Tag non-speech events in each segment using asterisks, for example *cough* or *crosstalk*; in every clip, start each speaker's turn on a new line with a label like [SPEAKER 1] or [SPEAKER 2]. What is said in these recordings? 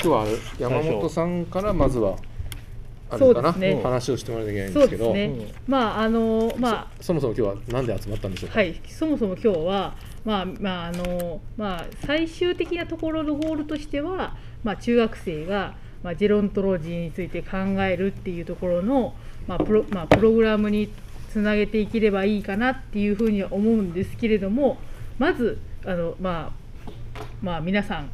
[SPEAKER 1] 今日は山本さんからまずはあれかな、
[SPEAKER 2] そうですね
[SPEAKER 1] 話をしてもらわなきゃいけないん
[SPEAKER 2] そう
[SPEAKER 1] でけ
[SPEAKER 2] です
[SPEAKER 1] ど
[SPEAKER 2] すね、まああのま
[SPEAKER 1] そもそも今日は何で集まったんでしょう
[SPEAKER 2] あ
[SPEAKER 1] か、
[SPEAKER 2] はいそもそも今日はまあまああのまあ最終的なところのゴールとしてはまあ中学生がまあジェロントロジーについて考えるっていうところのまあプロまあプログラムにつなげていければいいかなっていうふうには思うんですけれどもまずあのまあまあ皆さん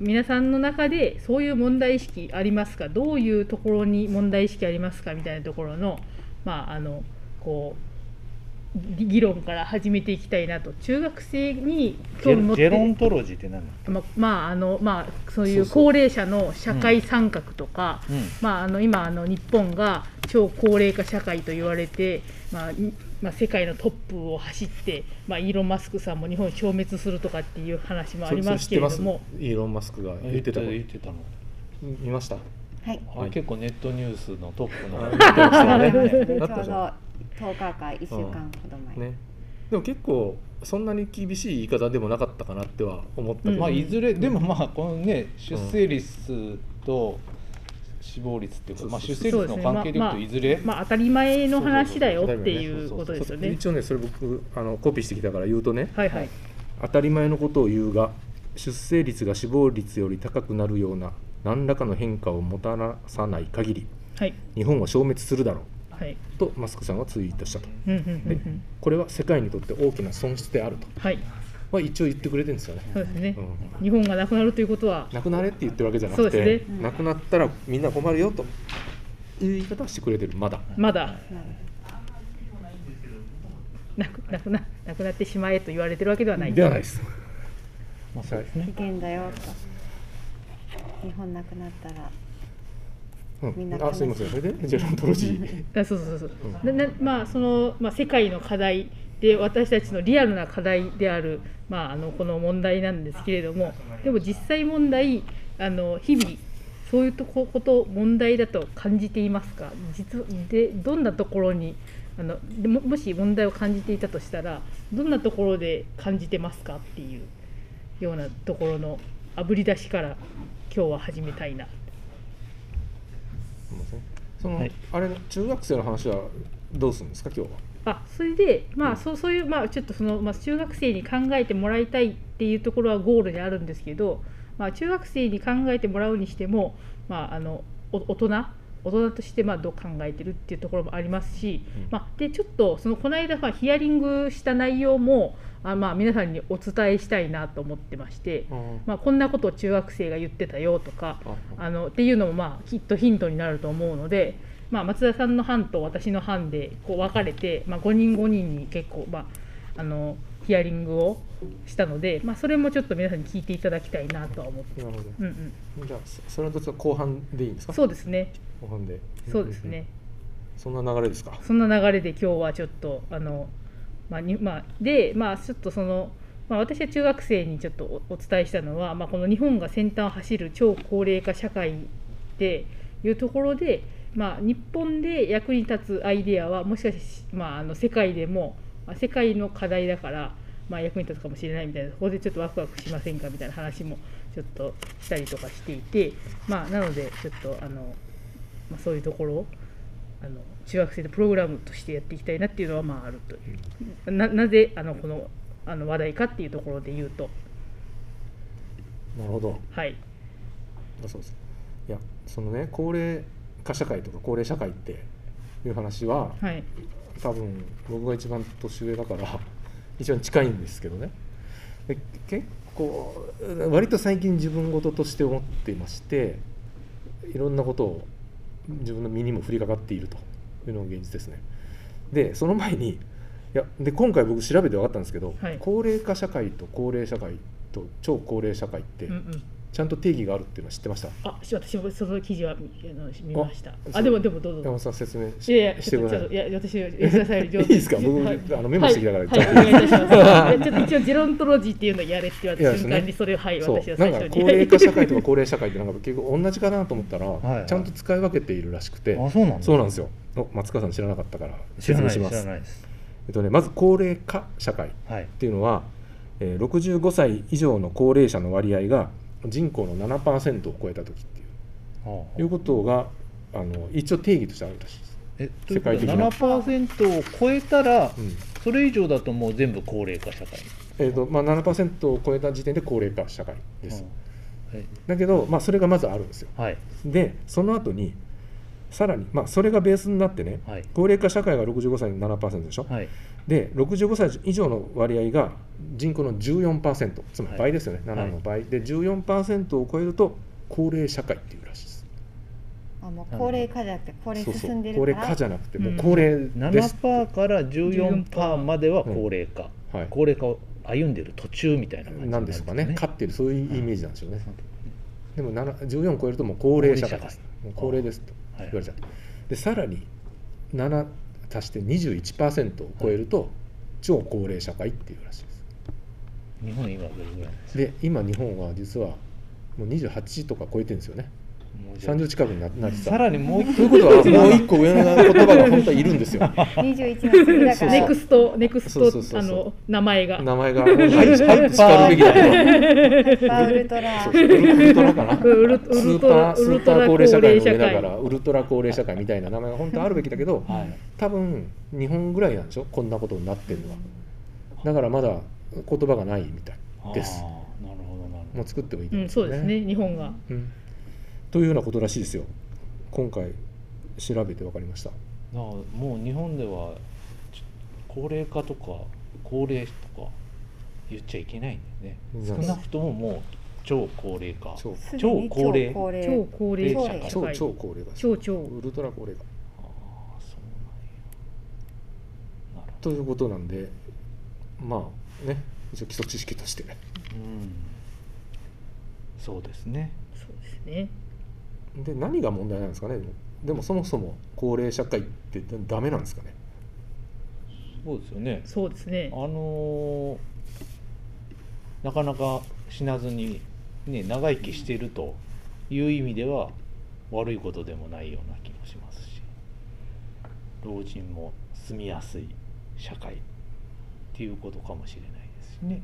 [SPEAKER 2] 皆さんの中でそういう問題意識ありますかどういうところに問題意識ありますかみたいなところの,、まあ、あのこう議議論から始めていきたいなと中学生に
[SPEAKER 3] ジ
[SPEAKER 2] 興味持
[SPEAKER 3] ェ
[SPEAKER 2] っ
[SPEAKER 3] ジェロ
[SPEAKER 2] て
[SPEAKER 3] ントロジーって何
[SPEAKER 2] ままああのまあそうい
[SPEAKER 1] そううそう
[SPEAKER 2] 高齢者の社会参画とか、
[SPEAKER 3] うん
[SPEAKER 2] まああの今あの日本が超高齢化社会と言われて、まあにまあ、世界のトップを走って、まあ、イーロン・マスクさんも日本消滅するとかっていう話もあ
[SPEAKER 1] それ
[SPEAKER 2] り
[SPEAKER 1] それ
[SPEAKER 2] ます
[SPEAKER 1] 知って
[SPEAKER 2] けれ
[SPEAKER 1] ま
[SPEAKER 2] ど
[SPEAKER 1] すイ
[SPEAKER 2] も。
[SPEAKER 1] ーロン・マスクが言ってたこと
[SPEAKER 3] 言ってたの、
[SPEAKER 1] 見ました
[SPEAKER 4] はい。
[SPEAKER 3] あ
[SPEAKER 1] はい
[SPEAKER 3] 結構ネットニュースのトップの
[SPEAKER 1] あ見てましたよ
[SPEAKER 4] ちょう
[SPEAKER 1] ね
[SPEAKER 4] ど
[SPEAKER 1] だったじゃん
[SPEAKER 4] 10日か1週間ほど前。
[SPEAKER 1] ね、でも結構そんなに厳しい言い方でもなかったかなっては思 *laughs* ったけど、
[SPEAKER 3] まあ
[SPEAKER 2] うん
[SPEAKER 3] いずれでもまあこのね出生率と死亡率っていうか、
[SPEAKER 1] そう
[SPEAKER 3] まあ、
[SPEAKER 1] そう
[SPEAKER 3] 出
[SPEAKER 1] そ
[SPEAKER 3] 生
[SPEAKER 1] う
[SPEAKER 3] 率の関係でいくといずれ、
[SPEAKER 2] まあ、当たり前の話だよっていうことですよね。
[SPEAKER 1] 一応ねそれ僕あのコピーしてきたから言うとね
[SPEAKER 2] はいはい。
[SPEAKER 1] 当たり前のことを言うが出生率が死亡率より高くなるような何らかの変化をもたらさない限り
[SPEAKER 2] はい。
[SPEAKER 1] 日本は消滅するだろ
[SPEAKER 2] はい。
[SPEAKER 1] うとマスクさんはツイートしたと
[SPEAKER 2] うんうんうんうん。
[SPEAKER 1] これは世界にとって大きな損失であると
[SPEAKER 2] はい。
[SPEAKER 1] まあ一応言ってくれてるんですよね、
[SPEAKER 2] そうですね
[SPEAKER 1] う。ん、
[SPEAKER 2] 日本がなくなるということは。
[SPEAKER 1] なくなれって言ってるわけじゃなく
[SPEAKER 2] そうで
[SPEAKER 1] て、
[SPEAKER 2] す
[SPEAKER 4] ね
[SPEAKER 1] なくなったらみんな困るよという言い方はしてくれてるまだ
[SPEAKER 2] まだ
[SPEAKER 4] なるほど
[SPEAKER 2] なくなくななくなってしまえと言われてるわけではない。
[SPEAKER 1] ではないです
[SPEAKER 3] まあそうですね
[SPEAKER 4] 危険だよと。日本なくなったら。
[SPEAKER 1] うん
[SPEAKER 4] みんな
[SPEAKER 1] あすいませんそれでジェロントロ
[SPEAKER 2] *laughs*
[SPEAKER 1] ジー
[SPEAKER 2] あそうそうそうそう。ななまあそのまあ世界の課題で私たちのリアルな課題であるまああのこの問題なんですけれども、でも実際問題あの日々そういうとここと問題だと感じていますか。実でどんなところにあのでももし問題を感じていたとしたらどんなところで感じてますかっていうようなところのあぶり出しから今日は始めたいな。
[SPEAKER 1] すいませんその、
[SPEAKER 3] はい
[SPEAKER 1] あれの中学生の話はどうするんですか今日は
[SPEAKER 2] あそれでま
[SPEAKER 1] う
[SPEAKER 2] あ
[SPEAKER 1] ん
[SPEAKER 2] そうそういうまあちょっとその、まあ、中学生に考えてもらいたいっていうところはゴールにあるんですけど、まあ、中学生に考えてもらうにしても、まあ、あのお大人大人としてまあどう考えてるっていうところもありますし、
[SPEAKER 1] うん
[SPEAKER 2] まあ、でちょっとそのこの間まあヒアリングした内容もあまあ皆さんにお伝えしたいなと思ってまして、まあ、こんなことを中学生が言ってたよとか
[SPEAKER 1] あ
[SPEAKER 2] あのっていうのもまあきっとヒントになると思うので、まあ、松田さんの班と私の班でこう分かれて、まあ、5人5人に結構、まあ、あのヒアリングをしたので、まあ、それもちょっと皆さんに聞いていただきたいなとは思って、
[SPEAKER 1] なるほ
[SPEAKER 2] うんうん、
[SPEAKER 1] どじゃあそそれとちょっと後半でいいんですか
[SPEAKER 2] そうですね
[SPEAKER 1] 後半で
[SPEAKER 2] そうですね、
[SPEAKER 1] そんな流れですか
[SPEAKER 2] そんな流れで今日はちょっとあの、まあにまあ、でまあちょっとその、まあ、私は中学生にちょっとおお伝えしたのは、まあ、この日本が先端を走る超高齢化社会でいうところで、まあ、日本で役に立つアイデアはもしかして、まあ、あの世界でもまあ世界の課題だから、まあ、役に立つかもしれないみたいなここでちょっとワクワクしませんかみたいな話もちょっとしたりとかしていて、まあ、なのでちょっとあの、まあ、そういうところを。あの中学生のプログラムとしてやっていきたいなっていうのはまああるというななぜあのこのあの話題かっていうところで言うと
[SPEAKER 1] なるほど
[SPEAKER 2] はい
[SPEAKER 1] あそうですいやそのね高齢化社会とか高齢社会っていう話は
[SPEAKER 2] はい
[SPEAKER 1] 多分僕が一番年上だから *laughs* 一番近いんですけどねで結構割と最近自分事として思っていましていろんなことを自分の身にも降りかかっているというのが現実ですねでその前にいやで今回僕調べて分かったんですけど、
[SPEAKER 2] はい
[SPEAKER 1] 高齢化社会と高齢社会と超高齢社会って
[SPEAKER 2] うんうん
[SPEAKER 1] ちゃんと定義があるっていうのは知ってました、
[SPEAKER 2] あし私もその記事は見あの見ました
[SPEAKER 1] あ
[SPEAKER 2] あでもでもどう
[SPEAKER 1] 山
[SPEAKER 2] ぞ
[SPEAKER 1] 本さん説明し
[SPEAKER 2] いやいや
[SPEAKER 1] し
[SPEAKER 2] ち
[SPEAKER 1] て
[SPEAKER 2] ょ
[SPEAKER 1] く
[SPEAKER 2] っとち
[SPEAKER 1] ださ
[SPEAKER 2] ょっと
[SPEAKER 1] い
[SPEAKER 2] いや
[SPEAKER 1] *laughs*
[SPEAKER 2] 私吉田さんより上
[SPEAKER 1] いい
[SPEAKER 2] 手
[SPEAKER 1] ですか僕、
[SPEAKER 2] はい
[SPEAKER 1] あのメモしてきたから、
[SPEAKER 2] はい、はい、お願いいた
[SPEAKER 1] *laughs*
[SPEAKER 2] しますいやちょっと一応ジェロントロジーっていうのをやれって言われ
[SPEAKER 1] いや
[SPEAKER 2] た
[SPEAKER 1] です
[SPEAKER 2] 瞬
[SPEAKER 1] ね
[SPEAKER 2] 間にそれをはい
[SPEAKER 1] そう
[SPEAKER 2] 私は
[SPEAKER 1] な
[SPEAKER 2] 最
[SPEAKER 1] んか
[SPEAKER 2] 初に
[SPEAKER 1] 高齢化社会とか *laughs* 高齢社会ってなんか結構同じかなと思ったら、
[SPEAKER 3] はい
[SPEAKER 1] ちゃんと使い分けているらしくて、
[SPEAKER 3] あそうなんだ
[SPEAKER 1] そうなんですよお松川さん知らなかったから
[SPEAKER 3] 知
[SPEAKER 1] 説
[SPEAKER 3] らな
[SPEAKER 1] 明
[SPEAKER 3] い
[SPEAKER 1] します
[SPEAKER 3] 知らないです
[SPEAKER 1] えっとね、まず高齢化社会っ
[SPEAKER 3] はい
[SPEAKER 1] ていうのは、えー65歳以上の高齢者の割合が人口の7%を超えた時っていう
[SPEAKER 3] はあ
[SPEAKER 1] いうことがあの一応定義としてあるらしいです。
[SPEAKER 3] えとい
[SPEAKER 1] 世
[SPEAKER 3] うこと
[SPEAKER 1] 界
[SPEAKER 3] は
[SPEAKER 1] 的な
[SPEAKER 3] 7%を超えたら、
[SPEAKER 1] うん
[SPEAKER 3] それ以上だともう全部高齢化社会
[SPEAKER 1] えーとまあ、7%を超えた時点で高齢化社会です。
[SPEAKER 3] うんえ
[SPEAKER 1] だけど、まあ、それがまずあるんですよ。
[SPEAKER 3] はい
[SPEAKER 1] でその後にさらに、まあ、それがベースになってね、
[SPEAKER 3] はい
[SPEAKER 1] 高齢化社会が65歳の7%でしょ、
[SPEAKER 3] はい
[SPEAKER 1] で65歳以上の割合が人口の14%つま
[SPEAKER 3] は
[SPEAKER 1] り
[SPEAKER 3] い
[SPEAKER 1] 倍ですよね、7の倍で14%を超えると高齢社会っていうらしいです
[SPEAKER 4] あもう高齢化じゃなくて高齢進んで
[SPEAKER 1] 高
[SPEAKER 4] る
[SPEAKER 1] 齢
[SPEAKER 4] から
[SPEAKER 1] 化じゃなくてもううん高齢です、
[SPEAKER 3] 7%から14%までは高齢化、
[SPEAKER 1] はい
[SPEAKER 3] 高齢化を歩んでる途中みたいな感じ
[SPEAKER 1] なんですかね勝ってるそういうイメージなんですよね、でも7 14超えるともう高齢社会ですもう高
[SPEAKER 3] 高
[SPEAKER 1] 齢で
[SPEAKER 3] 齢社会
[SPEAKER 1] すと言われちゃった、でさらに7足して21%を超えると超高齢社会っていうらしいです
[SPEAKER 3] 日本今どれぐらいなんですか
[SPEAKER 1] で今日本は実はもう28とか超えてるんですよね
[SPEAKER 3] もうじゃあ
[SPEAKER 1] 30近くにななってた
[SPEAKER 3] さらにもう一
[SPEAKER 1] とい
[SPEAKER 3] 個
[SPEAKER 1] うことは *laughs* もう一個上の言葉が本当はいるんですよ
[SPEAKER 4] 21の次だか
[SPEAKER 1] そう
[SPEAKER 2] ネ
[SPEAKER 4] ら
[SPEAKER 2] クストネクス
[SPEAKER 1] そう
[SPEAKER 2] ト
[SPEAKER 1] そうそう
[SPEAKER 2] あ
[SPEAKER 1] そう
[SPEAKER 2] の名前
[SPEAKER 1] *laughs*
[SPEAKER 2] が
[SPEAKER 1] 名前が入ってしかるべきだと
[SPEAKER 4] パウルトラ
[SPEAKER 1] そうそうウルトラかな
[SPEAKER 2] ウ
[SPEAKER 1] ス
[SPEAKER 2] ルウル
[SPEAKER 1] ー
[SPEAKER 2] ト
[SPEAKER 1] パ
[SPEAKER 2] ラ
[SPEAKER 1] ースーパー高齢社会の上だか
[SPEAKER 2] ウルトラ
[SPEAKER 1] らウルトラ高齢社会みたいな名前が本当はあるべきだけど、
[SPEAKER 3] はい
[SPEAKER 1] 多分日本ぐらいなんでしょこんなことになってるのはだからまだ言葉がないみたいです
[SPEAKER 3] あーなるほどなるほ
[SPEAKER 1] もう作ってもいいと
[SPEAKER 2] うんそうですね日本が
[SPEAKER 1] うんというようなことらしいですよ今回調べて分かりました
[SPEAKER 3] どだからもう日本ではち高齢化とか高齢とか言っちゃいけないんだよね
[SPEAKER 1] そ
[SPEAKER 3] 少
[SPEAKER 1] うです
[SPEAKER 3] なくとももう超高齢化
[SPEAKER 1] 超
[SPEAKER 4] すでに超高齢
[SPEAKER 3] 超高
[SPEAKER 2] 超高齢
[SPEAKER 3] 超
[SPEAKER 2] 社会
[SPEAKER 1] 超超高齢化
[SPEAKER 2] 超超
[SPEAKER 1] ウルトラ高齢化
[SPEAKER 3] ああそうなんやなるほ
[SPEAKER 1] ということなんでまあね一応基礎知識として
[SPEAKER 3] どうんそうですね
[SPEAKER 2] そうですね
[SPEAKER 1] で何が問題なんですかねでもでもそもそも高齢社会ってダメなんですかね
[SPEAKER 3] そうですよね
[SPEAKER 2] そうですね
[SPEAKER 3] あのーなかなか死なずに、ね、長生きしているという意味では悪いことでもないような気もしますし老人も住みやすい社会っていうことかもしれないですしね。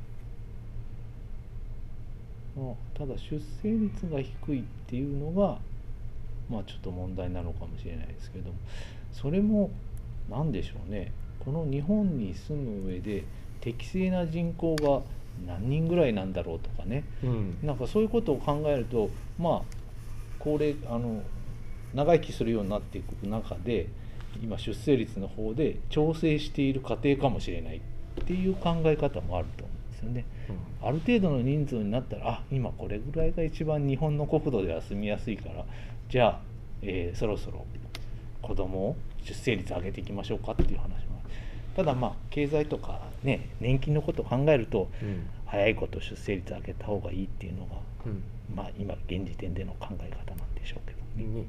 [SPEAKER 3] まあ、ただ出生率が低いっていうのがまあちょっと問題なのかもしれないですけどもそれも何でしょうねこの日本に住む上で適正な人口が何人ぐらいなんだろうとかね
[SPEAKER 1] うん
[SPEAKER 3] なんかそういうことを考えるとまあ高齢あの長生きするようになっていく中で今出生率の方で調整している過程かもしれないっていう考え方もあると思うんですよね。ある程度の人数になったらあ今これぐらいが一番日本の国土では住みやすいからじゃあ、えーそろそろ子供を出生率上げていきましょうかっていう話もあるただまあ経済とかね年金のことを考えると
[SPEAKER 1] うん
[SPEAKER 3] 早いこと出生率上げた方がいいっていうのが
[SPEAKER 1] うん
[SPEAKER 3] まあ今現時点での考え方なんでしょうけどね、
[SPEAKER 1] になる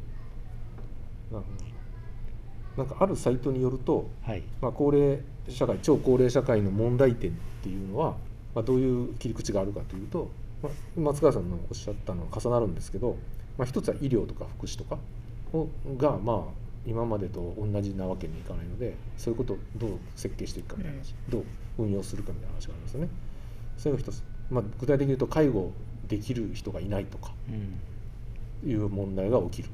[SPEAKER 1] ほどなんかあるサイトによると、
[SPEAKER 3] はい
[SPEAKER 1] まあ、高齢社会超高齢社会の問題点っていうのは、まあ、どういう切り口があるかというと、まあ、松川さんのおっしゃったのが重なるんですけど、まあ、一つは医療とか福祉とかをがまあ今までと同じなわけにいかないのでそういうことをどう設計していくかみたいな話、どう運用するかみたいな話がありますよね。それが一つ、まあ、具体的に言うと介護できる人がいないとか
[SPEAKER 3] うん
[SPEAKER 1] いう問題が起きる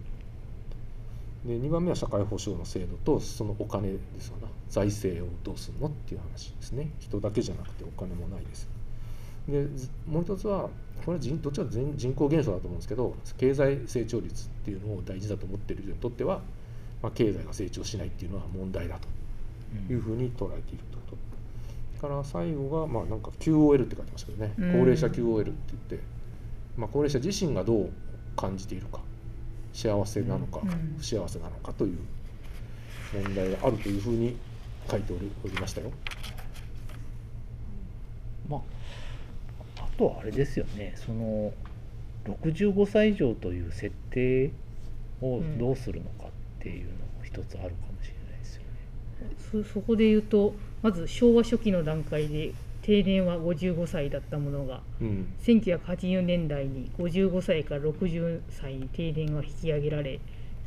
[SPEAKER 1] で2番目は社会保障の制度とそのお金ですよな財政をどうするのっていう話ですね人だけじゃなくてお金もないですでずもう一つはこれは人どっちかというと人人口減少だと思うんですけど経済成長率っていうのを大事だと思っている人にとっては、まあ、経済が成長しないっていうのは問題だというふうに捉えているってことだから最後がまあなんか QOL って書いてましたけどね、
[SPEAKER 2] うん
[SPEAKER 1] 高齢者 QOL って言って、まあ、高齢者自身がどう感じているか幸せなのか、
[SPEAKER 2] うんうん
[SPEAKER 1] 不幸せなのかという問題があるというふうに書いておりおりましたよ。
[SPEAKER 3] まあ、あとはあれですよねその65歳以上という設定を
[SPEAKER 2] うん
[SPEAKER 3] どうするのかっていうのも一つあるかもしれないですよね。
[SPEAKER 2] そそこで言うとまず昭和初期の段階で定年は55歳だったものが
[SPEAKER 1] うん
[SPEAKER 2] 1980年代に55歳から60歳に定年が引き上げられ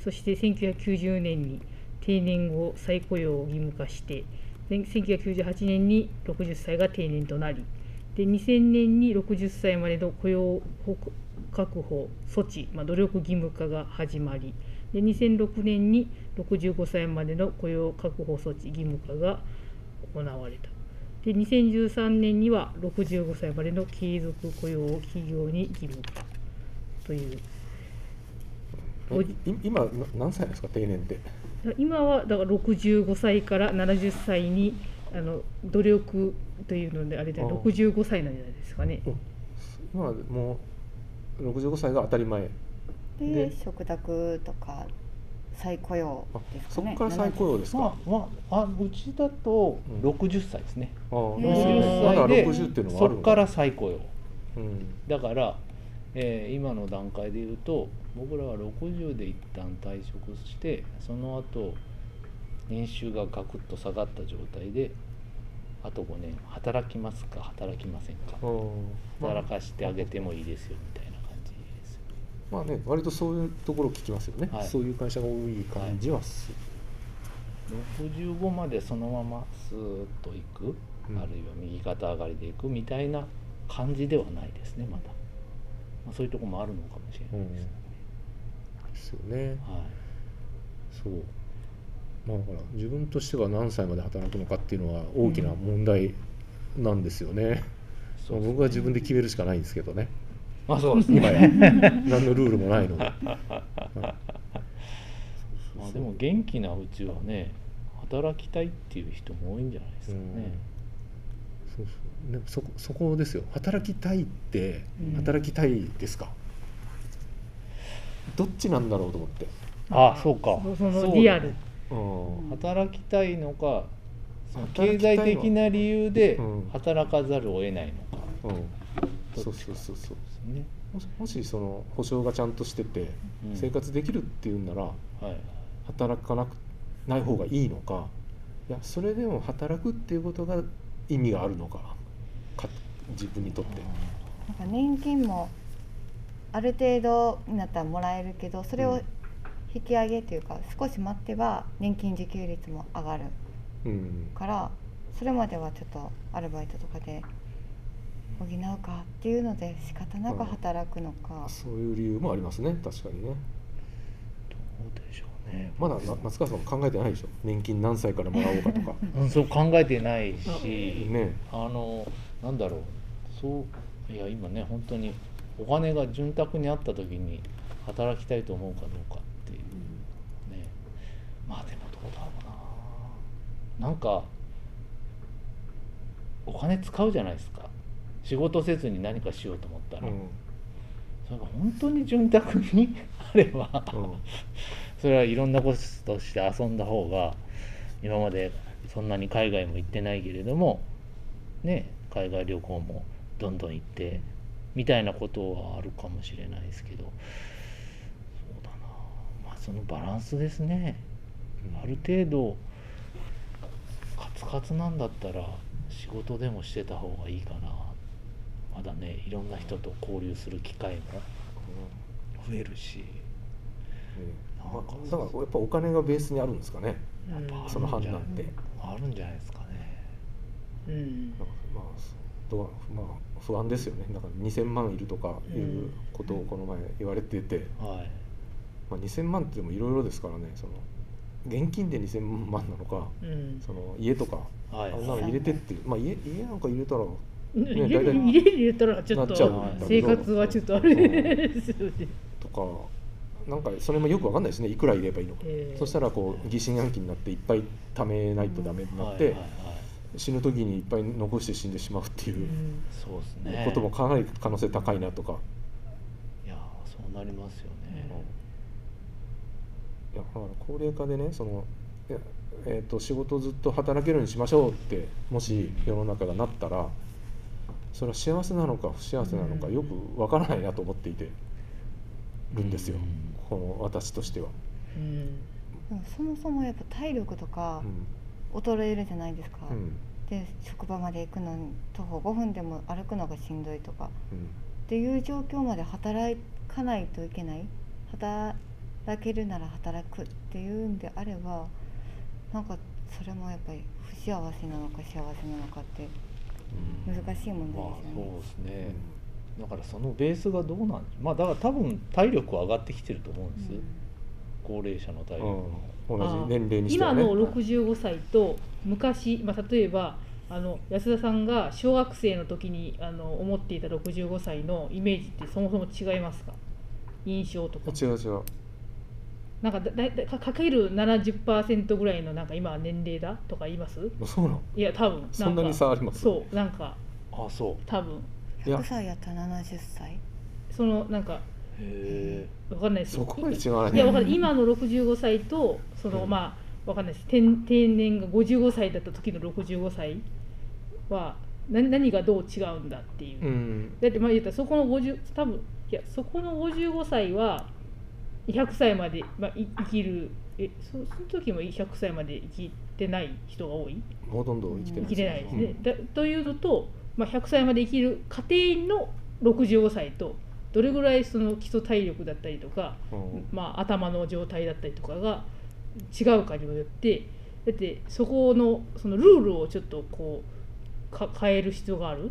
[SPEAKER 2] そして1990年に定年後再雇用を義務化して1998年に60歳が定年となりで2000年に60歳までの雇用確保措置、まあ、努力義務化が始まりで2006年に65歳までの雇用確保措置義務化が行われたで2013年には65歳までの継続雇用を企業に義務化というおじ
[SPEAKER 1] い今な何歳なんですか定年って
[SPEAKER 2] だ今はだから65歳から70歳にあの努力というのであれで
[SPEAKER 1] ああ
[SPEAKER 2] 65歳なんじゃないですかね。
[SPEAKER 1] 今はもう65歳が当たり前
[SPEAKER 4] で
[SPEAKER 1] で
[SPEAKER 4] 食卓とか再雇用
[SPEAKER 1] あ
[SPEAKER 4] ですかね
[SPEAKER 1] そこから再雇用ですか、
[SPEAKER 3] まあまああうちだと
[SPEAKER 1] うん
[SPEAKER 3] 60歳ですね、
[SPEAKER 1] ああー
[SPEAKER 4] へー
[SPEAKER 1] 60まだ
[SPEAKER 4] まだ
[SPEAKER 1] 60っていうのはあ
[SPEAKER 3] そ
[SPEAKER 1] る
[SPEAKER 3] こ
[SPEAKER 1] の
[SPEAKER 3] から再雇用
[SPEAKER 1] うん
[SPEAKER 3] だから、えー今の段階で言うと僕らは60で一旦退職してその後年収がガクッと下がった状態であと5年働きますか働きませんか
[SPEAKER 1] あーまあ
[SPEAKER 3] 働かしてあげてもいいですよみたいな感じですよ
[SPEAKER 1] まあね割とそういうところ聞きますよね、
[SPEAKER 3] はい
[SPEAKER 1] そういう会社が多い感じはする、
[SPEAKER 3] 65までそのままスーッといく、
[SPEAKER 1] うん
[SPEAKER 3] あるいは右肩上がりでいくみたいな感じではないですねまだ、まあ、そういうとこもあるのかもしれないですね、
[SPEAKER 1] ですよね
[SPEAKER 3] はい、
[SPEAKER 1] そうまあだから自分としては何歳まで働くのかっていうのは大きな問題なんですよね、
[SPEAKER 3] そう
[SPEAKER 1] まあ僕は自分で決めるしかないんですけどね
[SPEAKER 3] まあそうですね
[SPEAKER 1] 今や *laughs* 何のルールもないので、はい
[SPEAKER 3] まあでも元気なうちはね働きたいっていう人も多いんじゃないです
[SPEAKER 1] う
[SPEAKER 3] か
[SPEAKER 1] ん
[SPEAKER 3] ね、
[SPEAKER 1] そうそうでもそこそこですよ働きたいって
[SPEAKER 2] うん
[SPEAKER 1] 働きたいですか、どっちなんだろうと思って、
[SPEAKER 3] ああそうか
[SPEAKER 2] そそ
[SPEAKER 3] そう
[SPEAKER 2] の
[SPEAKER 3] だ
[SPEAKER 2] リアル。
[SPEAKER 1] うん
[SPEAKER 3] 働きたいのかその
[SPEAKER 1] 働
[SPEAKER 3] 経
[SPEAKER 1] きたい
[SPEAKER 3] 済
[SPEAKER 1] の
[SPEAKER 3] 的な理由で
[SPEAKER 1] うん
[SPEAKER 3] 働かざるを得ないのか
[SPEAKER 1] うん、そうそうそうそう
[SPEAKER 3] ですね、
[SPEAKER 1] もしもしその保障がちゃんとしてて
[SPEAKER 3] うん
[SPEAKER 1] 生活できるっていうんなら
[SPEAKER 3] はい
[SPEAKER 1] 働かなくない方がいいのかいやそれでも働くっていうことが意味があるのかか自分にとって。
[SPEAKER 4] なんか年金もある程度になったらもらえるけどそれ
[SPEAKER 1] う
[SPEAKER 4] を
[SPEAKER 1] ん
[SPEAKER 4] 引き上げというか少し待ってば年金受給率も上がる
[SPEAKER 1] うん
[SPEAKER 4] からそれまではちょっとアルバイトとかで補うかっていうので仕方なく働くのか、
[SPEAKER 1] そういう理由もありますね確かにね
[SPEAKER 3] どうでしょうね
[SPEAKER 1] まだな夏川さんも考えてないでしょ年金何歳からもらおうかと
[SPEAKER 3] *laughs*
[SPEAKER 1] か
[SPEAKER 3] うん、そう考えてないし、
[SPEAKER 1] ね
[SPEAKER 3] あのなんだろうそういや今ね本当にお金が潤沢にあった時に働きたいと思うかどうかっていうねまあでもどうだろうななんかお金使うじゃないですか仕事せずに何かしようと思ったら、それが本当に潤沢にあれば、
[SPEAKER 1] うん
[SPEAKER 3] それはいろんなこととして遊んだ方が今までそんなに海外も行ってないけれどもね海外旅行もどんどん行ってみたいなことはあるかもしれないですけどそうだなまあそのバランスですねある程度カツカツなんだったら仕事でもしてた方がいいかなまだねいろんな人と交流する機会も増えるし
[SPEAKER 1] ね
[SPEAKER 3] なん
[SPEAKER 1] ま
[SPEAKER 3] か
[SPEAKER 1] あだからやっぱお金がベースにあるんですかね
[SPEAKER 2] うん
[SPEAKER 1] その判断って、
[SPEAKER 2] うん
[SPEAKER 3] あるんじゃないですかね
[SPEAKER 2] うん
[SPEAKER 1] なんかまあどうまあ不安ですよねなんか2000万いるとかいうことをこの前言われてて、
[SPEAKER 3] はい
[SPEAKER 1] まあ、2000万ってでもいろいろですからねその現金で2000万なのか
[SPEAKER 2] うん
[SPEAKER 1] その家とか
[SPEAKER 3] は
[SPEAKER 1] あ
[SPEAKER 3] い
[SPEAKER 1] んなの入れてっていう、まあ、家家なんか入れたら
[SPEAKER 2] 入れ
[SPEAKER 1] 大
[SPEAKER 2] る
[SPEAKER 1] 体
[SPEAKER 2] 入れる言ったらちょっ
[SPEAKER 1] なっちゃう
[SPEAKER 2] と
[SPEAKER 1] んだけ
[SPEAKER 2] 生
[SPEAKER 1] ど
[SPEAKER 2] 活はちょっとあれですよね。
[SPEAKER 1] とかなんかそれもよくわかんないですねいくら入れればいいのか、
[SPEAKER 2] えー
[SPEAKER 1] そしたらこう疑心暗鬼になっていっぱい貯めないとダメになって、
[SPEAKER 3] はいはいはい
[SPEAKER 1] 死ぬ時にいっぱい残して死んでしまうっていううん
[SPEAKER 3] そうです
[SPEAKER 1] う
[SPEAKER 3] ね
[SPEAKER 1] こともかなり可能性高いなとか、
[SPEAKER 3] いやーそうなりますよね
[SPEAKER 1] うんいやだから高齢化でねそのいやえー、と仕事をずっと働けるようにしましょうってもし世の中がなったらそれは幸せなのか不幸せなのか
[SPEAKER 2] うん
[SPEAKER 1] よくわからないなと思っていてるんですよ、
[SPEAKER 3] うん
[SPEAKER 1] この私としては。
[SPEAKER 2] うん
[SPEAKER 4] でもそもそもやっぱ体力とか
[SPEAKER 1] う
[SPEAKER 4] 衰えるじゃないですか、
[SPEAKER 1] んうん
[SPEAKER 4] で職場まで行くのに徒歩5分でも歩くのがしんどいとか
[SPEAKER 1] うん
[SPEAKER 4] っていう状況まで働かないといけない働けるなら働くっていうんであればなんかそれもやっぱり不幸せなのか幸せなのかって
[SPEAKER 1] うん
[SPEAKER 4] 難しい問
[SPEAKER 3] まあ
[SPEAKER 4] 題で
[SPEAKER 3] そう
[SPEAKER 4] すよね。
[SPEAKER 3] ですね、だからそのベースがどうなんまあだから多分体力は上がってきてると思うんです、高齢者の体力も、
[SPEAKER 1] うん、同じ年齢にして
[SPEAKER 2] 今
[SPEAKER 1] はね
[SPEAKER 2] の65歳と昔、まあ、例えばあの安田さんが小学生の時にあの思っていた65歳のイメージってそもそも違いますか印象とか
[SPEAKER 1] 違う違う
[SPEAKER 2] なんかだだいたいかかける70%ぐらいのなんか今は年齢だとか言います
[SPEAKER 1] そうなの
[SPEAKER 2] いや多分んか
[SPEAKER 1] そんなに差あります
[SPEAKER 2] そうなんか
[SPEAKER 3] ああそう
[SPEAKER 2] 多分
[SPEAKER 1] いや
[SPEAKER 4] 100歳やったら70歳。
[SPEAKER 2] そのなんか
[SPEAKER 3] へ
[SPEAKER 2] わかんないです
[SPEAKER 1] そこまで違わない
[SPEAKER 2] いやわかんない今の65歳とその、
[SPEAKER 1] うん
[SPEAKER 2] まあわかんないです定定年が55歳だった時の65歳は何何がどう違うんだっていう、
[SPEAKER 1] うん
[SPEAKER 2] だってまあ言ったらそこの50多分いやそこの55歳は100歳まで、まあ、い生きるえそその時も100歳まで生きてない人が多い
[SPEAKER 1] ほとんど生きて
[SPEAKER 2] 生
[SPEAKER 1] ない
[SPEAKER 2] きてないです
[SPEAKER 1] う
[SPEAKER 2] ね
[SPEAKER 1] ん。
[SPEAKER 2] だというのと、まあ、100歳まで生きる過程の65歳とどれぐらいその基礎体力だったりとか
[SPEAKER 1] うん
[SPEAKER 2] まあ、頭の状態だったりとかが違うかにもよってだってそこのそのルールをちょっとこうか変える必要がある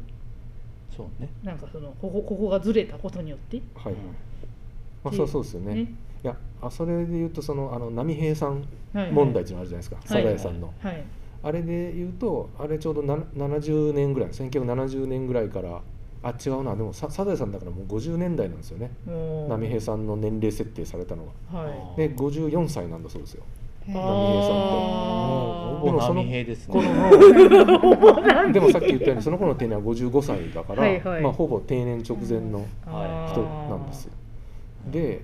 [SPEAKER 3] えそうね、
[SPEAKER 2] なんかそのここここがずれたことによって、
[SPEAKER 1] はい、
[SPEAKER 3] うん
[SPEAKER 1] まあ、そうそうですよね
[SPEAKER 2] ね
[SPEAKER 1] いやあそれで言うとそのあの波平さん
[SPEAKER 2] はい、
[SPEAKER 1] 問題っていうのあるじゃないですか、
[SPEAKER 2] はい
[SPEAKER 1] サザエさんの、
[SPEAKER 2] はい
[SPEAKER 1] あれで言うとあれちょうどな70年ぐらい1970年ぐらいからあ違うなでもササザエさんだからもう50年代なんですよね
[SPEAKER 2] もう
[SPEAKER 1] 波平さんの年齢設定されたのが
[SPEAKER 2] はい
[SPEAKER 1] で54歳なんだそうですよ
[SPEAKER 4] へ
[SPEAKER 2] あ
[SPEAKER 4] ー
[SPEAKER 1] 波平さんとでも
[SPEAKER 3] ほ
[SPEAKER 2] あ
[SPEAKER 3] ぼ
[SPEAKER 1] その
[SPEAKER 3] 波平です
[SPEAKER 1] こ
[SPEAKER 3] ね
[SPEAKER 1] のでもさっき言ったようにその子の定年は55歳だから
[SPEAKER 2] はいはい
[SPEAKER 1] まあ、ほぼ定年直前の
[SPEAKER 2] あー
[SPEAKER 1] 人なんですよで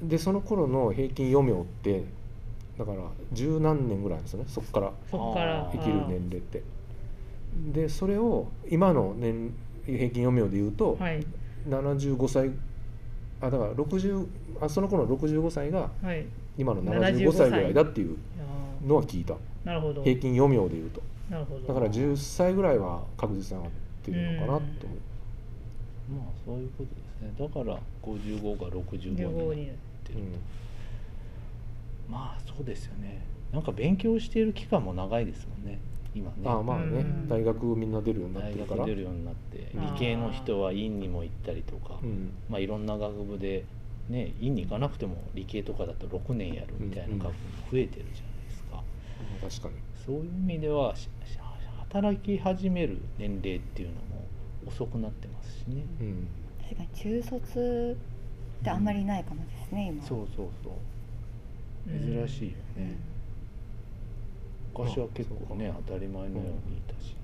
[SPEAKER 1] でその頃の平均余命ってだから十何年ぐらいなんですよねそこから
[SPEAKER 2] そこから
[SPEAKER 1] 生きる年齢ってでそれを今の年平均余命で言うと、
[SPEAKER 2] はい
[SPEAKER 1] 75歳あだから60あその頃の65歳が
[SPEAKER 2] はい
[SPEAKER 1] 今の
[SPEAKER 2] 75
[SPEAKER 1] 75歳ぐらいだっていう
[SPEAKER 2] あ
[SPEAKER 1] のは聞いた
[SPEAKER 2] ーなるほど
[SPEAKER 1] 平均余命で言うと
[SPEAKER 2] なるほど
[SPEAKER 1] だから10歳ぐらいは確実に上がってるのかなと思う
[SPEAKER 3] まあそういうことですねだから55が65
[SPEAKER 2] 15
[SPEAKER 3] に
[SPEAKER 2] に
[SPEAKER 3] ってると、まあそうですよねなんか勉強している期間も長いですもんね今ね
[SPEAKER 1] うんああまあね
[SPEAKER 2] うん
[SPEAKER 1] 大学みんな出るようになっ
[SPEAKER 3] 大
[SPEAKER 1] てるから
[SPEAKER 3] 学出るようになって
[SPEAKER 2] あー
[SPEAKER 3] 理系の人は院にも行ったりとか、
[SPEAKER 1] うん
[SPEAKER 3] まあ、いろんな学部で、ね、院に行かなくても理系とかだと6年やるみたいな学部も増えてるじゃないですか、
[SPEAKER 1] 確かに
[SPEAKER 3] そういう意味ではしし働き始める年齢っていうのも遅くなってますしね、
[SPEAKER 1] うん
[SPEAKER 4] 確かに中卒ってあんまりいないかもですね、今。
[SPEAKER 3] そうそうそう
[SPEAKER 2] うん
[SPEAKER 3] 珍しいよね、昔は結構ね当たり前のようにいたし、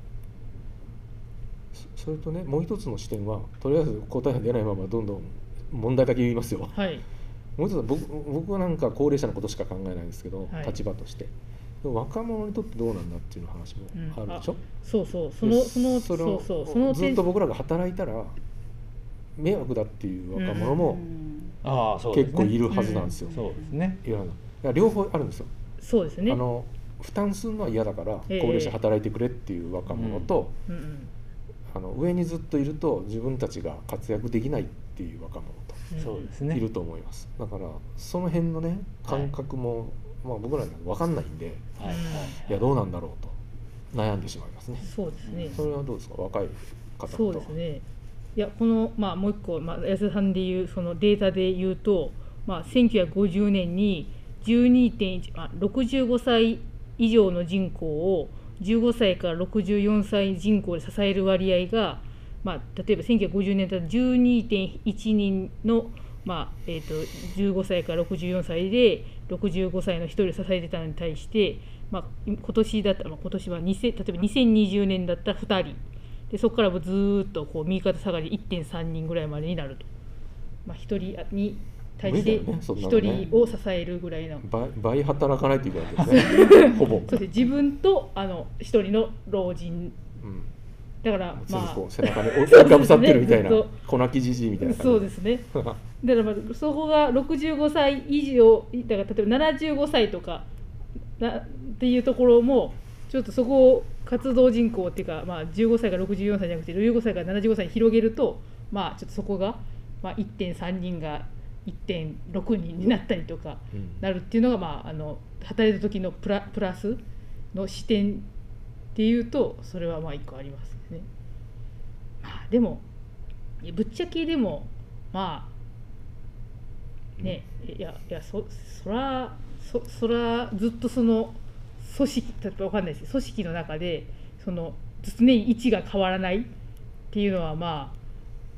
[SPEAKER 1] そそれとねもう一つの視点はとりあえず答えが出ないままどんどん問題だけ言いますよ *laughs*
[SPEAKER 2] はい
[SPEAKER 1] もう一つは僕僕はなんか高齢者のことしか考えないんですけど、
[SPEAKER 2] はい
[SPEAKER 1] 立場としてでも若者にとってどうなんだっていう話もあるでしょ、
[SPEAKER 2] そうそうそ
[SPEAKER 1] で
[SPEAKER 2] のその
[SPEAKER 1] れ
[SPEAKER 2] そう
[SPEAKER 1] を
[SPEAKER 2] そうその
[SPEAKER 1] ずっ
[SPEAKER 2] 点
[SPEAKER 1] と僕らが働いたら迷惑だっていう若者
[SPEAKER 4] う
[SPEAKER 1] も
[SPEAKER 4] ん。
[SPEAKER 3] ああそうです
[SPEAKER 1] 結
[SPEAKER 3] ね
[SPEAKER 1] 構いるはずなんですよ、
[SPEAKER 3] そうですね
[SPEAKER 1] いやいや両方あるんですよ、
[SPEAKER 2] そうですね
[SPEAKER 1] あの負担するのは嫌だから高
[SPEAKER 2] ええ
[SPEAKER 1] 齢者働いてくれっていう若者と、
[SPEAKER 2] うんうん
[SPEAKER 1] あの上にずっといると自分たちが活躍できないっていう若者と
[SPEAKER 2] ん
[SPEAKER 3] そうですね
[SPEAKER 1] いると思います、だからその辺のね感覚も、まあ、僕らには分かんないんで
[SPEAKER 3] はいはい
[SPEAKER 1] いやどうなんだろうと悩んでしまいますね
[SPEAKER 2] そうですね。
[SPEAKER 1] それはどうですか若い方々
[SPEAKER 2] そうですね。いやこのまあもう一個まあ安田さんでいうそのデータで言うと、まあ1950年に12.1あ65歳以上の人口を15歳から64歳人口で支える割合が、まあ例えば1950年だと12.1人のまあえー、と15歳から64歳で65歳の一人を支えてたのに対して、まあ、今年だったら、まあ、今年は2000例えば2020年だったら2人でそこからもうずーっとこう右肩下がり1.3人ぐらいまでになると、まあ、1人に対し
[SPEAKER 1] 無
[SPEAKER 2] て
[SPEAKER 1] 理だよねそんなのね
[SPEAKER 2] 1人を支えるぐらいの、
[SPEAKER 1] 倍倍働かないといけないです
[SPEAKER 2] *laughs*
[SPEAKER 1] ねほぼ、
[SPEAKER 2] そして自分とあの1人の老人
[SPEAKER 1] うん、
[SPEAKER 2] だから
[SPEAKER 1] 常に
[SPEAKER 2] ま
[SPEAKER 1] こう
[SPEAKER 2] あ
[SPEAKER 1] 背中に追いかぶさってるみたいな
[SPEAKER 2] そうです
[SPEAKER 1] 粉木じじいみたいな感じ
[SPEAKER 2] そうですねだからまあそこが65歳以上だから例えば75歳とかなっていうところもちょっとそこを活動人口っていうか、まあ、15歳から64歳じゃなくて65歳から75歳に広げるとまあちょっとそこが、まあ、1.3人が1.6人になったりとか
[SPEAKER 1] うん
[SPEAKER 2] なるっていうのが、まあ、あの働いた時のプラプラスの視点っていうとそれはまあ一個ありますよね。まあでもいやぶっちゃけでもまあねいやいやそそらそそらずっとその組織例えばわかんないです組織の中でその常に位置が変わらないっていうのはまあ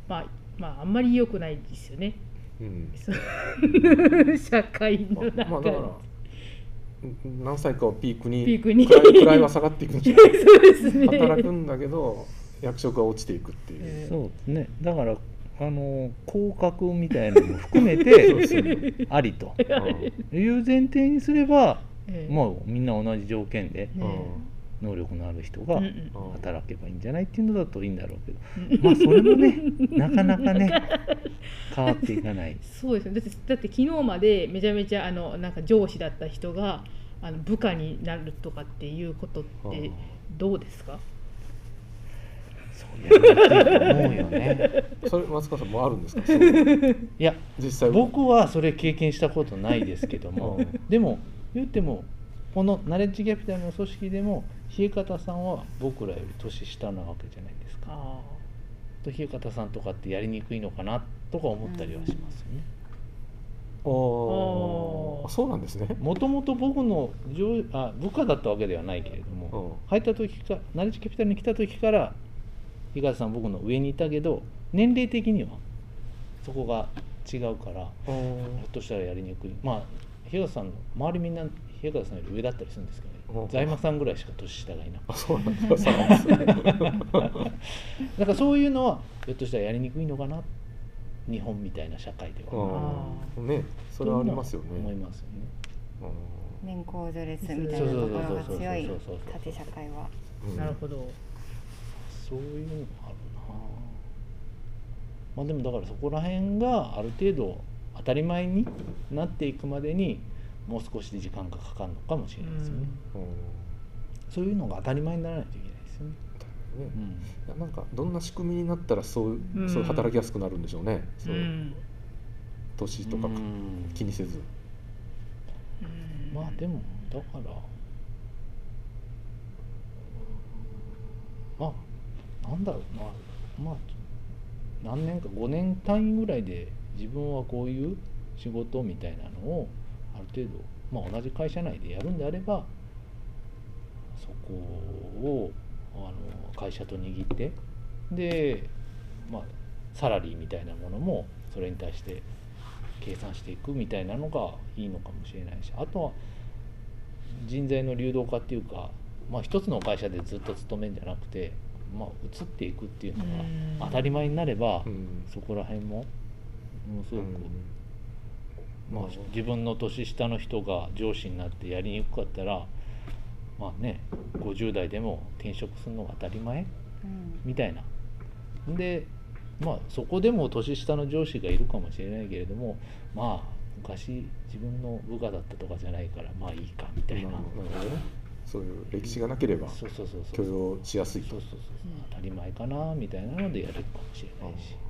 [SPEAKER 2] まあまああんまり良くないですよね。 *laughs*
[SPEAKER 1] うん
[SPEAKER 2] そう社会 *laughs* の中で、
[SPEAKER 1] まあまあだからうん何歳かをピークに
[SPEAKER 2] ピークに
[SPEAKER 1] 位位は下がっていくんじゃない
[SPEAKER 2] そうですね。
[SPEAKER 1] 働くんだけど役職が落ちていくっていう、
[SPEAKER 2] えー
[SPEAKER 3] そうですねだからあの降格みたいなのも含めて
[SPEAKER 1] *laughs* そうですね
[SPEAKER 3] *laughs* ありと
[SPEAKER 1] うん
[SPEAKER 3] いう前提にすれば
[SPEAKER 2] ええ
[SPEAKER 3] もうみんな同じ条件で
[SPEAKER 2] ね
[SPEAKER 3] 能力のある人が
[SPEAKER 2] うんうん
[SPEAKER 1] うん
[SPEAKER 3] 働けばいいんじゃないっていうのだといいんだろうけど
[SPEAKER 2] うん
[SPEAKER 3] まあそれもねなかなかね変わっていかない。
[SPEAKER 2] そうですねだってだって昨日までめちゃめちゃあのなんか上司だった人があの部下になるとかっていうことっ
[SPEAKER 1] うん
[SPEAKER 2] てどうですか、
[SPEAKER 3] そうや思うよ
[SPEAKER 1] *laughs*
[SPEAKER 3] ね。
[SPEAKER 1] それ松川さんもあるんですかそういう
[SPEAKER 3] いや
[SPEAKER 1] 実際
[SPEAKER 3] 僕はそれ経験したことないですけども
[SPEAKER 1] うん
[SPEAKER 3] でも言ってもこのナレッジギャピタルの組織でも冷方さんは僕らより年下なわけじゃないですか。
[SPEAKER 2] あ
[SPEAKER 3] と冷方さんとかってやりにくいのかなとか思ったりはしますよね。
[SPEAKER 1] お
[SPEAKER 2] あー
[SPEAKER 1] そうなんですね、
[SPEAKER 3] もともと僕の上あ部下だったわけではないけれども、
[SPEAKER 1] うん
[SPEAKER 3] 入った時かナレッジキャピタルに来た時から日川さん僕の上にいたけど年齢的にはそこが違うからひょっとしたらやりにくいまあ日川さんの周りみんな日川さんより上だったりするんですけど
[SPEAKER 1] う
[SPEAKER 3] ね
[SPEAKER 1] ん
[SPEAKER 3] 財務さんぐらいしか年下がいなく
[SPEAKER 1] あそうなんですかそうなんですね
[SPEAKER 3] だからそういうのはひょっとしたらやりにくいのかな日本みたいな社会では、
[SPEAKER 1] うんねそれはありますよ
[SPEAKER 3] というのは思い
[SPEAKER 1] ね
[SPEAKER 3] ますよね
[SPEAKER 1] うん
[SPEAKER 4] 年功序列みたいなところが強い縦社会は
[SPEAKER 2] あなるほど、
[SPEAKER 3] そういうのあるなまあでもだからそこら辺がある程度当たり前になっていくまでにもう少し時間がかかるのかもしれないですよね、
[SPEAKER 1] うん
[SPEAKER 3] そういうのが当たり前にならないといけないですよね、
[SPEAKER 1] ね
[SPEAKER 3] うん
[SPEAKER 1] いやなんかどんな仕組みになったらそう,、
[SPEAKER 2] うん
[SPEAKER 1] そう働きやすくなるんでしょうね、
[SPEAKER 2] う
[SPEAKER 1] そ
[SPEAKER 2] ん
[SPEAKER 1] う
[SPEAKER 2] うん
[SPEAKER 1] 年とか
[SPEAKER 3] うん
[SPEAKER 1] 気にせず、
[SPEAKER 2] うん
[SPEAKER 3] まあでもだからまあなんだろうなまあ何年か5年単位ぐらいで自分はこういう仕事みたいなのをある程度、まあ、同じ会社内でやるんであればそこをあの会社と握ってで、まあ、サラリーみたいなものもそれに対して計算していくみたいなのがいいのかもしれないしあとは人材の流動化っていうか、まあ、一つの会社でずっと勤めんじゃなくて、まあ、移っていくっていうの
[SPEAKER 2] うん
[SPEAKER 3] が当たり前になれば、
[SPEAKER 1] うん
[SPEAKER 3] そこら辺もものすごく、
[SPEAKER 1] ま
[SPEAKER 3] ま
[SPEAKER 1] あ
[SPEAKER 3] あ、自分の年下の人が上司になってやりにくかったらまあね50代でも転職するのが当たり前
[SPEAKER 4] うん
[SPEAKER 3] みたいな。でまあそこでも年下の上司がいるかもしれないけれどもまあ昔自分の部下だったとかじゃないからまあいいかみたいな。
[SPEAKER 1] なるほどねそういう歴史がなければ
[SPEAKER 3] そうそうそうそ
[SPEAKER 1] 許
[SPEAKER 3] う
[SPEAKER 1] 容しやすい
[SPEAKER 3] そ
[SPEAKER 1] と
[SPEAKER 3] うそうそうそう当たり前かなみたいなのでやれるかもしれないし
[SPEAKER 1] あ